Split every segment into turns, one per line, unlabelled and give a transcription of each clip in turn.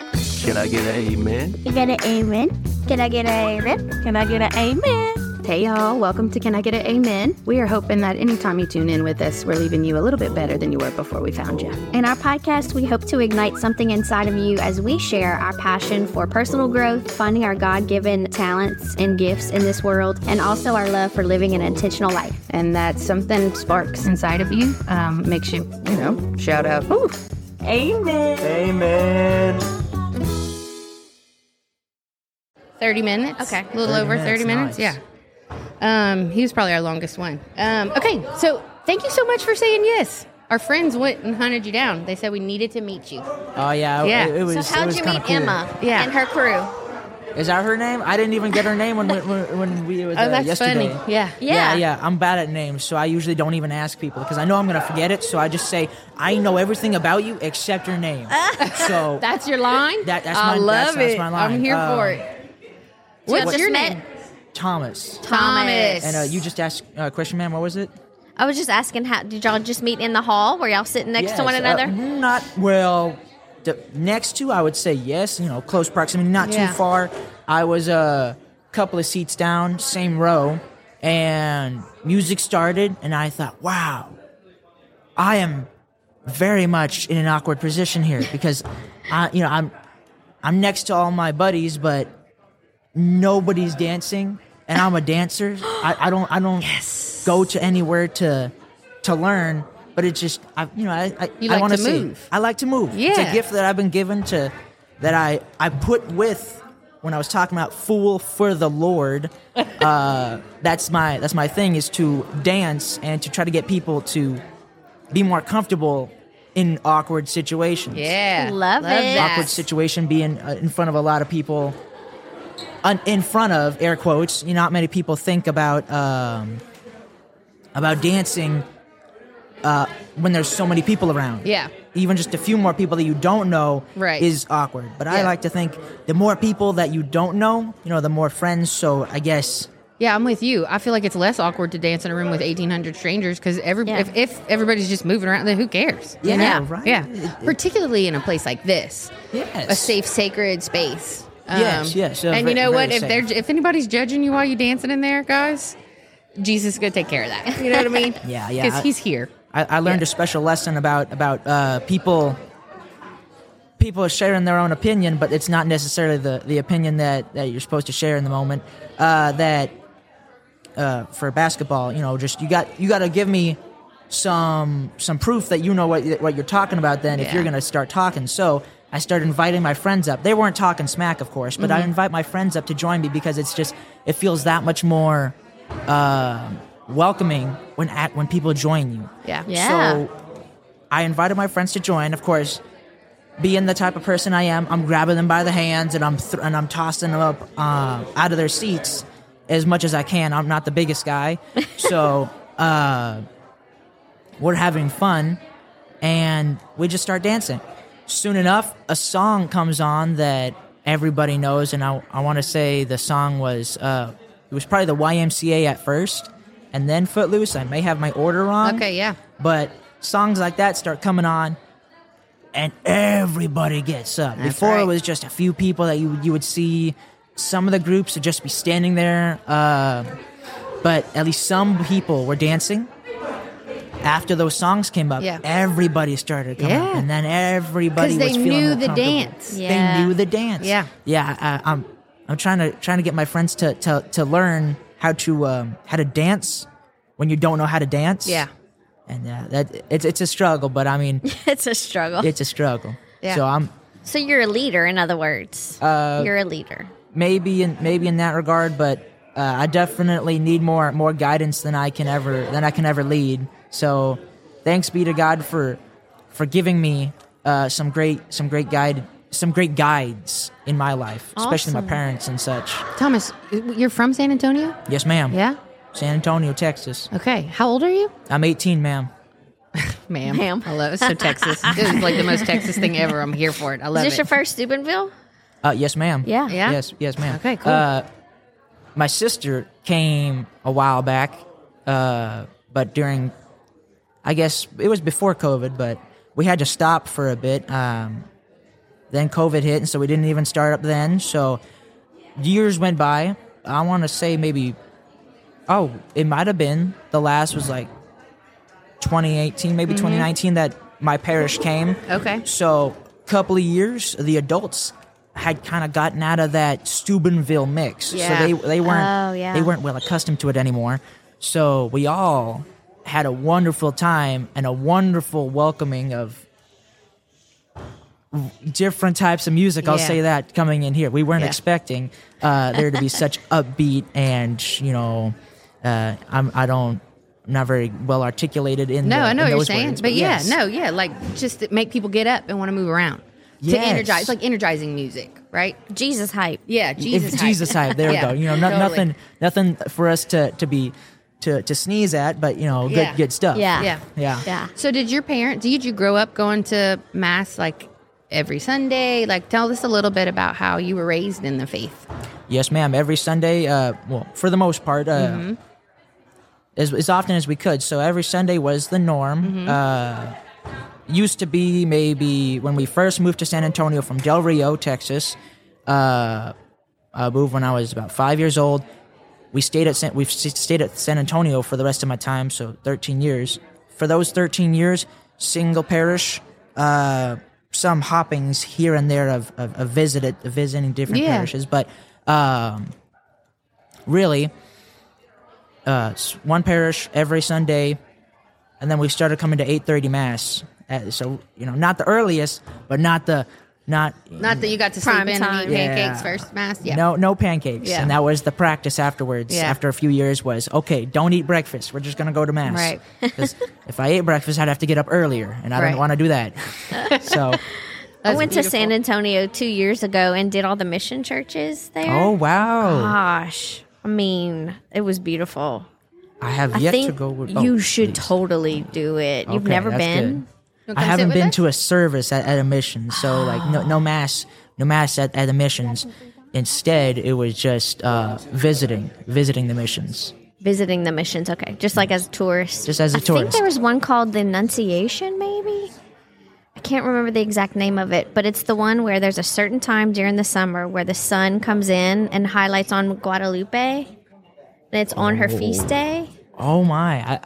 Can I get an amen?
You get an amen? Can I get an amen?
Can I get an amen?
Hey y'all, welcome to Can I Get an Amen? We are hoping that anytime you tune in with us, we're leaving you a little bit better than you were before we found you.
In our podcast, we hope to ignite something inside of you as we share our passion for personal growth, finding our God given talents and gifts in this world, and also our love for living an intentional life.
And that something sparks inside of you, um, makes you, you know, shout out, ooh,
Amen.
Amen.
30 minutes.
Okay.
A little
30
over 30
minutes, nice.
minutes. Yeah. Um, he was probably our longest one. Um, okay. So thank you so much for saying yes. Our friends went and hunted you down. They said we needed to meet you.
Oh yeah, it-
Yeah.
It, it was.
so how'd you meet Emma
Yeah.
and her crew?
Is that her name? I didn't even get her name when when, when- when we it was
Oh,
uh,
that's
yesterday.
funny. Yeah.
Yeah.
yeah, I'm bad at names, so I usually don't even ask people because I know I'm gonna forget it. So I just say I know everything about you except your name. so
That's your line?
That- that's
I
my-
love
that's- that's
it.
my line.
I'm here for
Um,
it. What's
just
your
met-
name?
Thomas
Thomas.
and uh, you just asked a uh, question, ma'am. What was it?
I was just asking, how did y'all just meet in the hall? Were y'all sitting next to
Yes,
one
uh,
another?
not well. The next to, I would say yes. You know, close proximity, not
Yeah.
too far. I was a couple of seats down, same row, and music started, and I thought, wow, I am very much in an awkward position here because, I, you know, I'm I'm next to all my buddies, but nobody's dancing, and I'm a dancer. I, I don't I don't go to anywhere to to learn, but it's just I you know I I,
You
I
like
want
to
see.
move.
I like to move. It's
Yeah.
a gift that I've been given to that I I put with when I was talking about fool for the Lord. uh, that's my that's my thing is to dance and to try to get people to be more comfortable in awkward situations
Yeah.
Love it.
that.
awkward situation being uh, in front of a lot of people un- in front of air quotes you know, not many people think about um, about dancing uh, when there's so many people around
Yeah.
even just a few more people that you don't know
Right.
is awkward but i
Yeah.
like to think the more people that you don't know you know the more friends so i guess
Yeah, I'm with you. I feel like it's less awkward to dance in a room with 1,800 strangers because every
Yeah.
if, if everybody's just moving around, then who cares?
Yeah,
yeah,
right.
Yeah,
It- it-
particularly in a place like this,
yes
a safe, sacred space. Um,
Yes, yes, uh,
and you
ve-
know what?
very
If they're
safe.
if anybody's judging you while you're dancing in there, guys, Jesus is gonna take care of that. You know what I mean?
Yeah, yeah, I-
Because he's here.
I, I learned a special lesson about about uh, people people sharing their own opinion, but it's not necessarily the, the opinion that, that you're supposed to share in the moment. Uh, that uh, for basketball, you know, just you got you got to give me some some proof that you know what what you're talking about. Then if
Yeah.
you're gonna start talking, so I started inviting my friends up. They weren't talking smack, of course, but I invite my friends up to join me because it's just it feels that much more uh, welcoming when at when people join you.
Yeah.
Yeah.
So I invited my friends to join. Of course, being the type of person I am, I'm grabbing them by the hands and I'm th- and I'm tossing them up uh, out of their seats as much as I can. I'm not the biggest guy, so uh, we're having fun and we just start dancing. Soon enough, a song comes on that everybody knows, and I, I want to say the song was uh, it was probably the YMCA at first, and then Footloose. I may have my order
Um,
wrong.
Okay, yeah.
But songs like that start coming on, and everybody gets up. Before
right.
it was just a few people that you you would see. Some of the groups would just be standing there, uh, but at least some people were dancing. After those songs came up,
Yeah.
everybody started coming up,
Yeah.
and then everybody
'Cause they
was feeling
knew
more
the
comfortable.
dance.
Yeah.
They knew the dance.
Yeah.
yeah. I, I'm I'm trying to trying to get my friends to to, to learn how to um, how to dance when you don't know how to dance.
Yeah.
and yeah, that it's it's a struggle, but I mean,
it's a struggle.
it's a struggle.
Yeah.
So I'm
so you're a leader, in other words. Uh, you're a leader.
maybe in maybe in that regard, but uh, I definitely need more more guidance than I can ever than I can ever lead. So thanks be to God for for giving me uh, some great some great guide some great guides in my life, especially my
Awesome.
parents and such.
Thomas, you're from San Antonio?
Yes, ma'am.
Yeah.
San Antonio, Texas.
Okay. How old are you?
I'm 18, ma'am.
Ma'am.
Ma'am.
I love it. So Texas. this is like the most Texas thing ever. I'm here for it. I
Is
love
this
it.
your first Steubenville?
Uh, yes, ma'am.
Yeah.
Yeah?
Yes, yes, ma'am.
Okay, cool.
Uh, my sister came a while back, uh, but during, I guess it was before COVID, but we had to stop for a bit. Um, Then COVID hit, and so we didn't even start up then. So years went by. I want to say maybe, oh, it might have been the last was like 2018, maybe 2019 that my parish came.
Okay.
So, couple of years, the adults had kind of gotten out of that Steubenville mix,
Yeah.
so they they weren't
Oh, yeah.
they weren't well accustomed to it anymore. So we all had a wonderful time and a wonderful welcoming of different types of music. I'll
Yeah.
say that coming in here, we weren't
Yeah.
expecting uh, there to be such upbeat and you know, uh, I'm I don't not very well articulated in
No,
the-
I
in
know what you're
those
saying,
words,
but, yeah,
yes.
no, yeah, like just to make people get up and want to move around to
Yes.
energize, it's like energizing music, right?
Jesus hype.
Yeah, Jesus.
if
hype.
Jesus hype. There we
Yeah,
go. You know, no,
totally.
nothing, nothing for us to to be to to sneeze at, but you know, good
Yeah.
good stuff.
Yeah.
Yeah.
yeah,
Yeah.
So did your parents? Did you grow up going to mass like every Sunday? Like, tell us a little bit about how you were raised in the faith.
Yes, ma'am. Every Sunday, uh, well, for the most part, uh,
Mm-hmm.
as as often as we could. So every Sunday was the norm. Uh, used to be maybe when we first moved to San Antonio from Del Rio, Texas. Uh, I moved when I was about five years old. we stayed at San, we've s- stayed at San Antonio for the rest of my time, so 13 years. For those 13 years, single parish, uh, some hoppings here and there of of, of visited visiting different
Yeah.
parishes, but um, really, uh, s- one parish every Sunday, and then we started coming to 8:30 mass. Uh, so you know, not the earliest, but not the not
Not that you got to sleep
Prime
in and
time.
eat pancakes
Yeah.
first mass. Yeah.
no, no pancakes,
Yeah.
and that was the practice afterwards.
Yeah.
After a few years, was okay. Don't eat breakfast. We're just gonna go to mass.
Right.
'Cause if I ate breakfast, I'd have to get up earlier, and I
Right.
didn't want to do that. so,
That's
I went to
beautiful.
San Antonio two years ago and did all the mission churches there.
oh wow,
Uh,
gosh. I mean, it was beautiful.
I have
I
yet
think
to go. With, oh,
you should
please.
totally do it. You've
Okay,
never
that's
been.
good.
Wanna
I
come sit
haven't
with
been
us? Ah.
to a service at, at a mission, so like no no mass, no mass at, at the missions. Instead, it was just uh, visiting, visiting the missions.
Visiting the missions, okay, just like as a tourist.
Just as a
I think
tourist.
there was one called the Annunciation, maybe. I can't remember the exact name of it, but it's the one where there's a certain time during the summer where the sun comes in and highlights on Guadalupe, and it's on her feast day.
Oh my, I,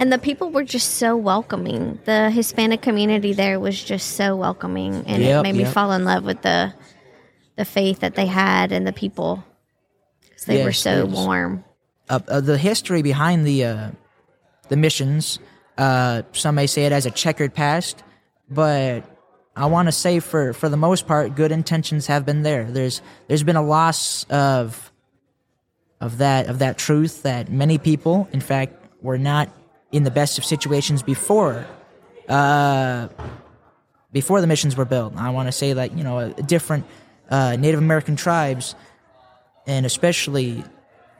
And the people were just so welcoming. The Hispanic community there was just so welcoming, and it
Yep,
made me
yep.
fall in love with the the faith that they had and the people 'Cause they were
Yes,
so
yes.
warm.
uh, uh, the history behind the uh, the missions. Uh, some may say it as a checkered past, but I want to say for for the most part, good intentions have been there. There's there's been a loss of of that of that truth that many people, in fact, were not in the best of situations before uh, before the missions were built. I want to say that you know uh, different uh, Native American tribes, and especially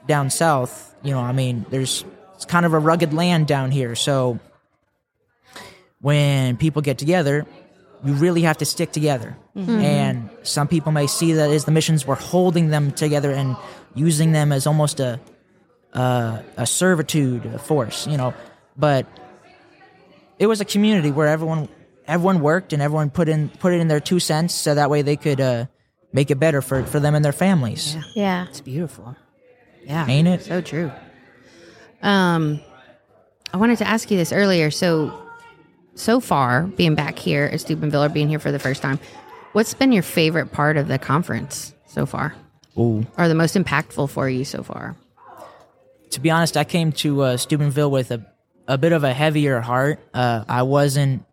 down south, you know, I mean, there's it's kind of a rugged land down here. So when people get together, you really have to stick together. And some people may see that as the missions were holding them together and using them as almost a a, a servitude a force, you know, but it was a community where everyone everyone worked and everyone put in put it in their two cents so that way they could uh, make it better for, for them and their families.
Yeah.
It's beautiful. Yeah.
Ain't it?
So true. Um I wanted to ask you this earlier. So so far, being back here at Steubenville or being here for the first time, what's been your favorite part of the conference so far?
Ooh.
Or the most impactful for you so far?
to be honest, I came to uh, Steubenville with a, a bit of a heavier heart. Uh, I wasn't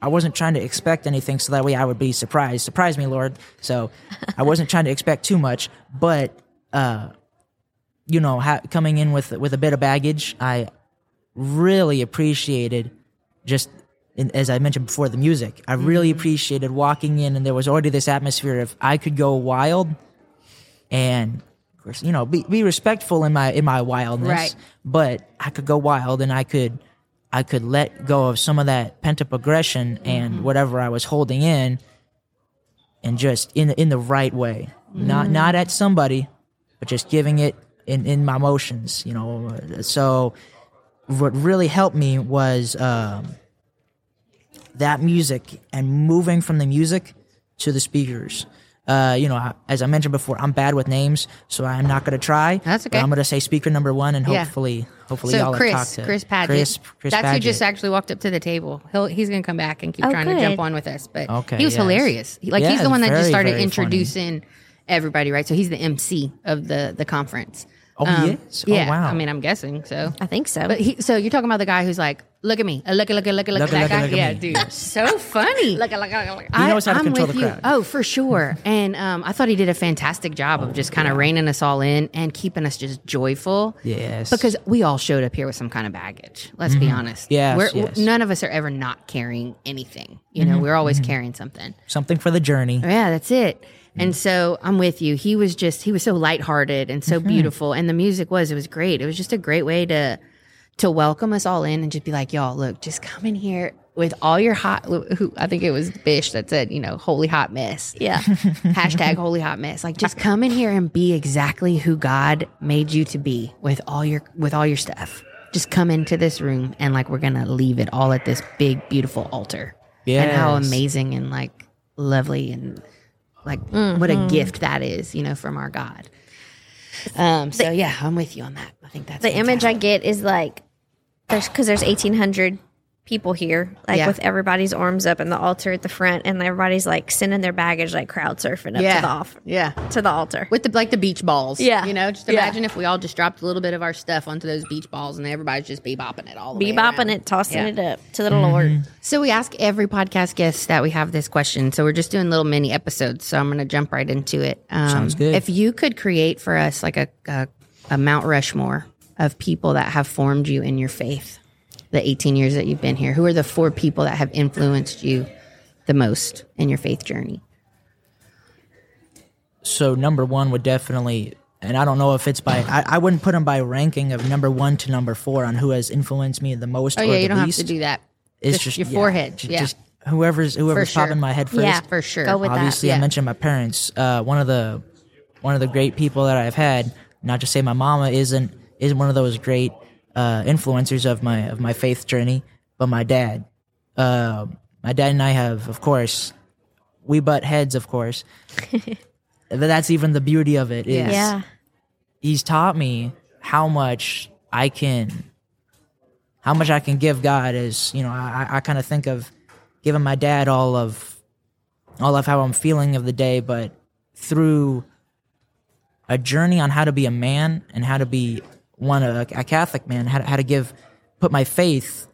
I wasn't trying to expect anything, so that way I would be surprised. Surprise me, Lord. So I wasn't trying to expect too much, but uh, you know, ha- coming in with with a bit of baggage, I really appreciated just in, as I mentioned before the music. I really appreciated walking in, and there was already this atmosphere of I could go wild, and of course, you know, be, be respectful in my in my wildness,
Right.
but I could go wild, and I could I could let go of some of that pent up aggression
Mm-hmm.
and whatever I was holding in, and just in in the right way, not
Mm.
not at somebody, but just giving it in in my motions, you know. So what really helped me was um, that music and moving from the music to the speakers. Uh, you know, I, as I mentioned before, I'm bad with names, so I'm not going to try.
That's
but
okay.
I'm going to say speaker number one, and
Yeah.
hopefully, hopefully,
So
y'all have talked
Chris,
to
Chris Padgett.
Chris, Chris
That's who
Padgett.
just actually walked up to the table. He'll he's gonna come back and keep
Oh,
trying to jump
good.
on with us. But
Okay,
he was
yes.
hilarious. He- Like
Yeah,
he's the one that just
very,
started
very funny.
introducing everybody, right? So he's the MC of the the conference.
Oh, he is? Oh,
Um, yeah.
wow.
I mean, I'm guessing so.
I think so.
But Uh, he, so you're talking about the guy who's like, look at me, Uh, look at look at look at look at
Look at-
that
look at-
guy.
look at
yeah,
me.
dude, so funny. look at look at look at.
He knows how to
I'm
control
with
the
you.
crowd.
Oh, for sure. And um, I thought he did a fantastic job
Oh,
of just kind of reining us all in and keeping us just joyful.
Yes. Mm-hmm.
Because we all showed up here with some kind of baggage. Let's be honest.
Yes,
We're,
yes. Mm-hmm.
None of us are ever not carrying anything. You know, we're always carrying something.
something for the journey.
Yeah, that's it. And so I'm with you. He was just he was so lighthearted and so beautiful and the music was it was great. It was just a great way to to welcome us all in and just be like, y'all, look, just come in here with all your hot who I think it was Bish that said, you know, holy hot mess.
yeah.
Hashtag holy hot mess. Like just come in here and be exactly who God made you to be with all your with all your stuff. Just come into this room and like we're gonna leave it all at this big beautiful altar. And how
Yes.
amazing and like lovely and like what a gift that is, you know, from our God. Um so yeah, I'm with you on that. I think that's
the image I
fantastic.
get is like there's because there's 1800 people here like
Yeah.
with everybody's arms up and the altar at the front and everybody's like sending their baggage like crowd surfing up
yeah.
to the off
yeah.
to the altar
With the like the beach balls.
Yeah.
You know, just
Yeah.
imagine if we all just dropped a little bit of our stuff onto those beach balls and everybody's just bebopping it all the way around.
bebopping it tossing it up to the lord
Mm-hmm.
So we ask every podcast guest that we have this question. So we're just doing little mini episodes. So I'm going to jump right into it. Um,
Sounds good.
If you could create for us like a, a a Mount Rushmore of people that have formed you in your faith, the 18 years that you've been here, who are the four people that have influenced you the most in your faith journey?
So number one would definitely, and I don't know if it's by, I, I wouldn't put them by ranking of number one to number four on who has influenced me the most.
Oh
or
yeah,
the
you don't
least.
have to do that.
It's
just,
just
your
yeah,
forehead.
j-
Yeah,
Just whoever's whoever's
sure.
popping my head first.
Yeah,
for sure.
go with
obviously
yeah.
I mentioned my parents. Uh, one of the one of the great people that I've had, not to say my mama isn't isn't one of those great uh, influencers of my of my faith journey, but my dad. Uh, my dad and I have, of course, we butt heads, of course. but that's even the beauty of it. Is
Yeah.
yeah
he's taught me how much I can, how much I can give God. Is you know, I, I kind of think of giving my dad all of, all of how I'm feeling of the day, but through a journey on how to be a man and how to be one a, a Catholic man, how to, how to give, put my faith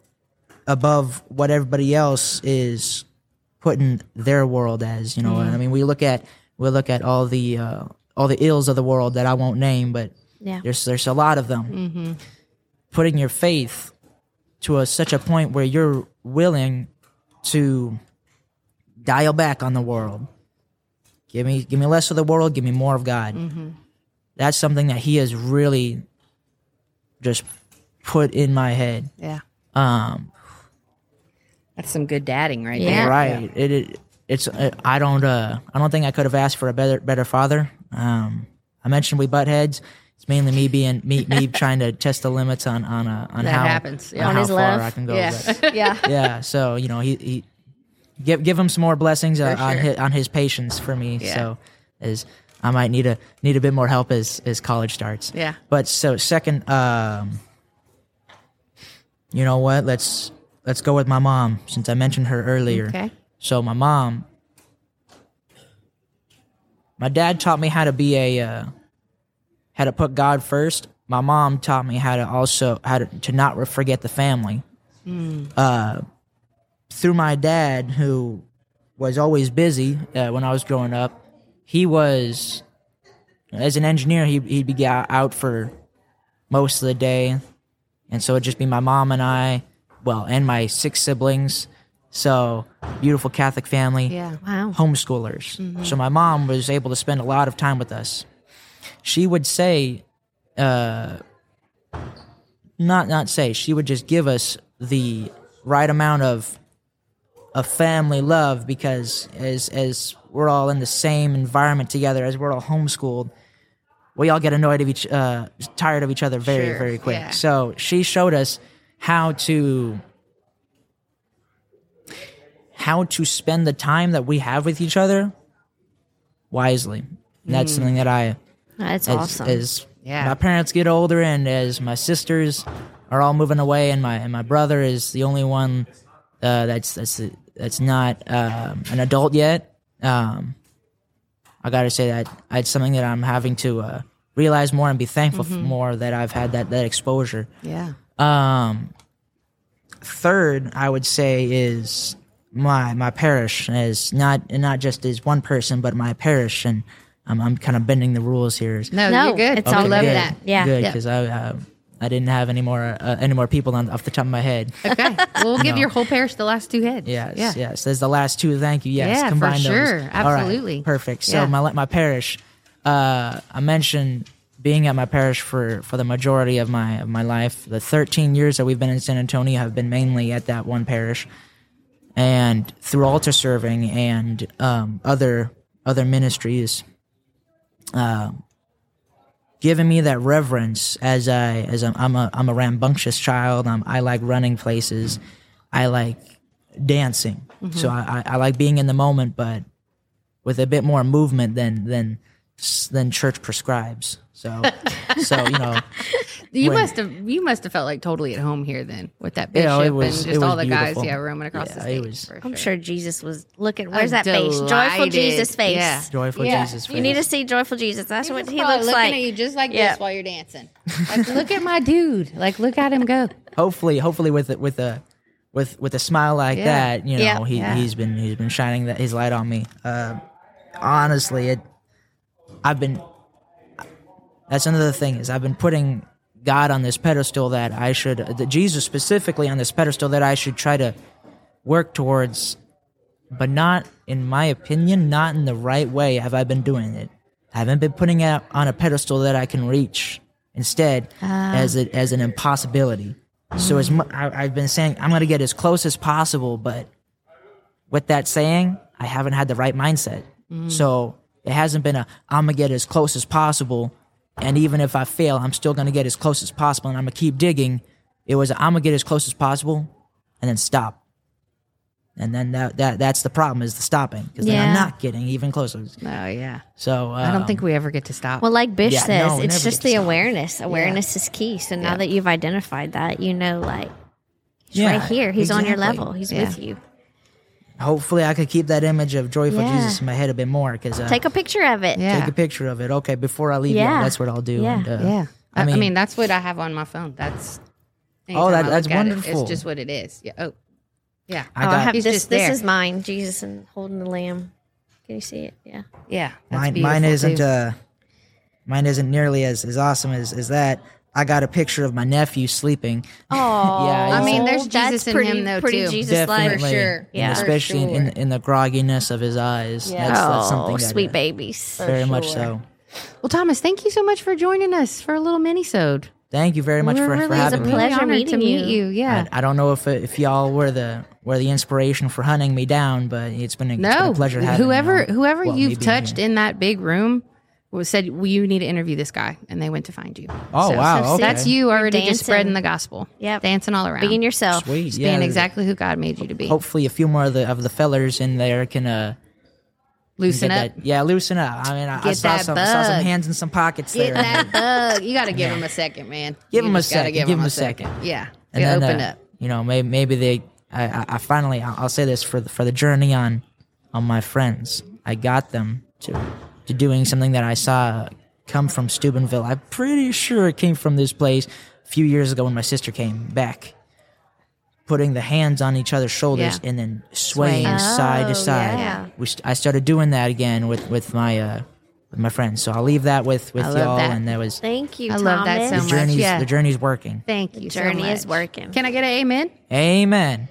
above what everybody else is putting their world as. You know, what I mean, we look at we look at all the uh, all the ills of the world that I won't name, but
Yeah.
there's there's a lot of them. Putting your faith to a, such a point where you're willing to dial back on the world. Give me give me less of the world, give me more of God. That's something that he has really just put in my head.
yeah.
Um,
That's some good dadding right
Yeah.
there.
right. It, it it's uh, I don't uh I don't think I could have asked for a better better father. Um, I mentioned we butt heads. It's mainly me being me me trying to test the limits on on uh, on
That
how
happens. Yeah.
on,
On
how
his
far
love.
I can go.
Yeah.
But-
yeah
yeah. So you know, he, he give give him some more blessings on, on
sure.
his on his patience for me.
Yeah.
So as I might need a need a bit more help as as college starts.
Yeah.
But so second, um, you know what? Let's let's go with my mom since I mentioned her earlier.
Okay.
So my mom, my dad taught me how to be a uh, how to put God first. My mom taught me how to also how to, to not forget the family Uh, through my dad, who was always busy uh, when I was growing up, he was, as an engineer, he, he'd be go- out for most of the day. And so it'd just be my mom and I, well, and my six siblings. So, beautiful Catholic family
Yeah. Mm-hmm.
wow
homeschoolers. So my mom was able to spend a lot of time with us. She would say, uh, not not say. She would just give us the right amount of of family love because as as we're all in the same environment together, as we're all homeschooled, we all get annoyed of each, uh, tired of each other very
Sure,
very quick.
yeah.
So she showed us how to how to spend the time that we have with each other wisely. And that's something that I
Mm. That's
as,
awesome.
as
Yeah.
my parents get older and as my sisters are all moving away and my and my brother is the only one uh, that's that's that's not um, an adult yet. Um, I gotta say that it's something that I'm having to uh, realize more and be thankful
Mm-hmm.
for more that I've had that that exposure.
Yeah.
Um, third, I would say is my my parish is not and not just is one person, but my parish, and I'm, I'm kind of bending the rules here.
No,
No,
you're good.
it's all
You're
love
good,
good.
that. Yeah.
good
Yeah.
because I uh, I didn't have any more uh, any more people on off the top of my head.
Okay. Well, we'll give your whole parish the last two heads.
Yes,
Yeah.
yes. There's the last two. Thank you. Yes,
Yeah, for
combine those.
sure.
All right,
Absolutely.
perfect. So
Yeah.
my my parish. Uh, I mentioned being at my parish for for the majority of my of my life. The 13 years that we've been in San Antonio have been mainly at that one parish, and through altar serving and um, other other ministries. Uh, giving me that reverence as I as I'm, I'm a I'm a rambunctious child. I'm, I like running places. I like dancing. So I, I, I like being in the moment, but with a bit more movement than than s- than church prescribes. So so you know
You
When-
must have you must have felt like totally at home here then with that
Yeah,
bishop
it was-
and
it
just all
was
the
beautiful.
guys yeah roaming across
Yeah,
the
it
stage.
was-
for
I'm
sure.
sure Jesus was looking. Where's that face? Joyful
delighted.
Jesus face.
Yeah.
joyful
Yeah.
Jesus.
You need to
face.
see joyful Jesus. That's what
He's
he
probably
looks
looking
like.
at you just like
Yeah.
this while you're dancing. Like, look at my dude. Like, look at him go.
hopefully hopefully with a, with a with with a smile like
Yeah.
that, you know,
Yeah.
he
Yeah.
he's been he's been shining that his light on me. Uh, honestly, it I've been that's another thing is I've been putting God on this pedestal that I should that Jesus specifically on this pedestal that I should try to work towards but not in my opinion not in the right way have i been doing it i haven't been putting it on a pedestal that i can reach instead as a, as an impossibility so as mu- I, i've been saying i'm going to get as close as possible but with that saying i haven't had the right mindset
Mm.
so it hasn't been a i'm going to get as close as possible and even if i fail i'm still going to get as close as possible and i'm going to keep digging it was i'm going to get as close as possible and then stop and then that, that that's the problem is the stopping because then I'm
Yeah.
not getting even closer.
Oh yeah.
So um,
I don't think we ever get to stop.
Well, like Bish
Yeah,
says,
no, we
it's
never
just
get
the
to stop.
awareness. Awareness is key. So now that you've identified that, you know, like he's
Yeah,
right here. He's on your
exactly.
level. He's
Yeah.
with you.
hopefully I could keep that image of joyful
Yeah.
Jesus in my head a bit more because uh,
Take a picture of it.
Yeah.
take a picture of it. Okay, before I leave, yeah,
Yeah.
that's what I'll do.
Yeah.
And, uh,
yeah. I,
I
I mean,
mean-
that's what I have on my phone. That's
Oh, that-
anytime I
that's
look at it,
wonderful.
it's just what it is. Yeah. Oh. Yeah.
I
Oh, I
got
have
He's
this.
just
This
there.
is mine. Jesus and holding the lamb. Can you see it? Yeah.
yeah. That's
mine.
beautiful,
Mine isn't
too.
uh, mine isn't nearly as, as awesome as, as that. I got a picture of my nephew sleeping.
Oh,
Yeah,
I mean,
it's
there's
that's
Jesus in
pretty,
him, though,
pretty
too.
Jesus
Definitely,
like.
for sure.
and
Yeah. For
especially in, in
sure.
in the grogginess of his eyes. Yeah. That's, that's something
oh,
that, uh,
sweet babies.
Very much so.
Well, Thomas, thank you so much for joining us for a little minisode.
Thank you very much
We're
for,
really
for
it's a
having me.
pleasure
pleasure to
meeting
meet
you.
you. Yeah.
I, I don't know if if y'all were the were the inspiration for hunting me down, but it's been a, it's been
no,
a pleasure having
whoever
y'all.
whoever
Well, me
you've
being
touched
here.
in that big room was said well, you need to interview this guy, and they went to find you.
Oh, wow, okay.
that's you already
dancing.
just spreading the gospel.
Yep.
dancing all around,
Being yourself.
Sweet,
Just
yeah.
being exactly who God made you to be.
Hopefully, a few more of the of the fellers in there can uh, get
Loosen up.
that. Yeah, loosen up. I mean, I, I
Get
saw
that
some saw some
bug.
hands in some pockets
Get
there.
that bug. You got to give him a second, man.
Give
You
him a
just gotta
second. Give
him
him a
Yeah,
and
Yeah,
then
open
uh,
up.
you know, maybe maybe they. I, I, I finally I'll, I'll say this for the, for the journey on on my friends. I got them to to doing something that I saw come from Steubenville. I'm pretty sure it came from this place a few years ago when my sister came back. Putting the hands on each other's shoulders
Yeah.
and then swaying side
Oh,
to side.
yeah.
We st- I started doing that again with with my uh, with my friends. So I'll leave that with with
I love
y'all,
that.
and that was
Thank you.
I love that so
the
Thomas.
much.
journey's
yeah.
the journey's working.
Thank you. so
Journey is
much.
working.
Can I get an amen?
Amen.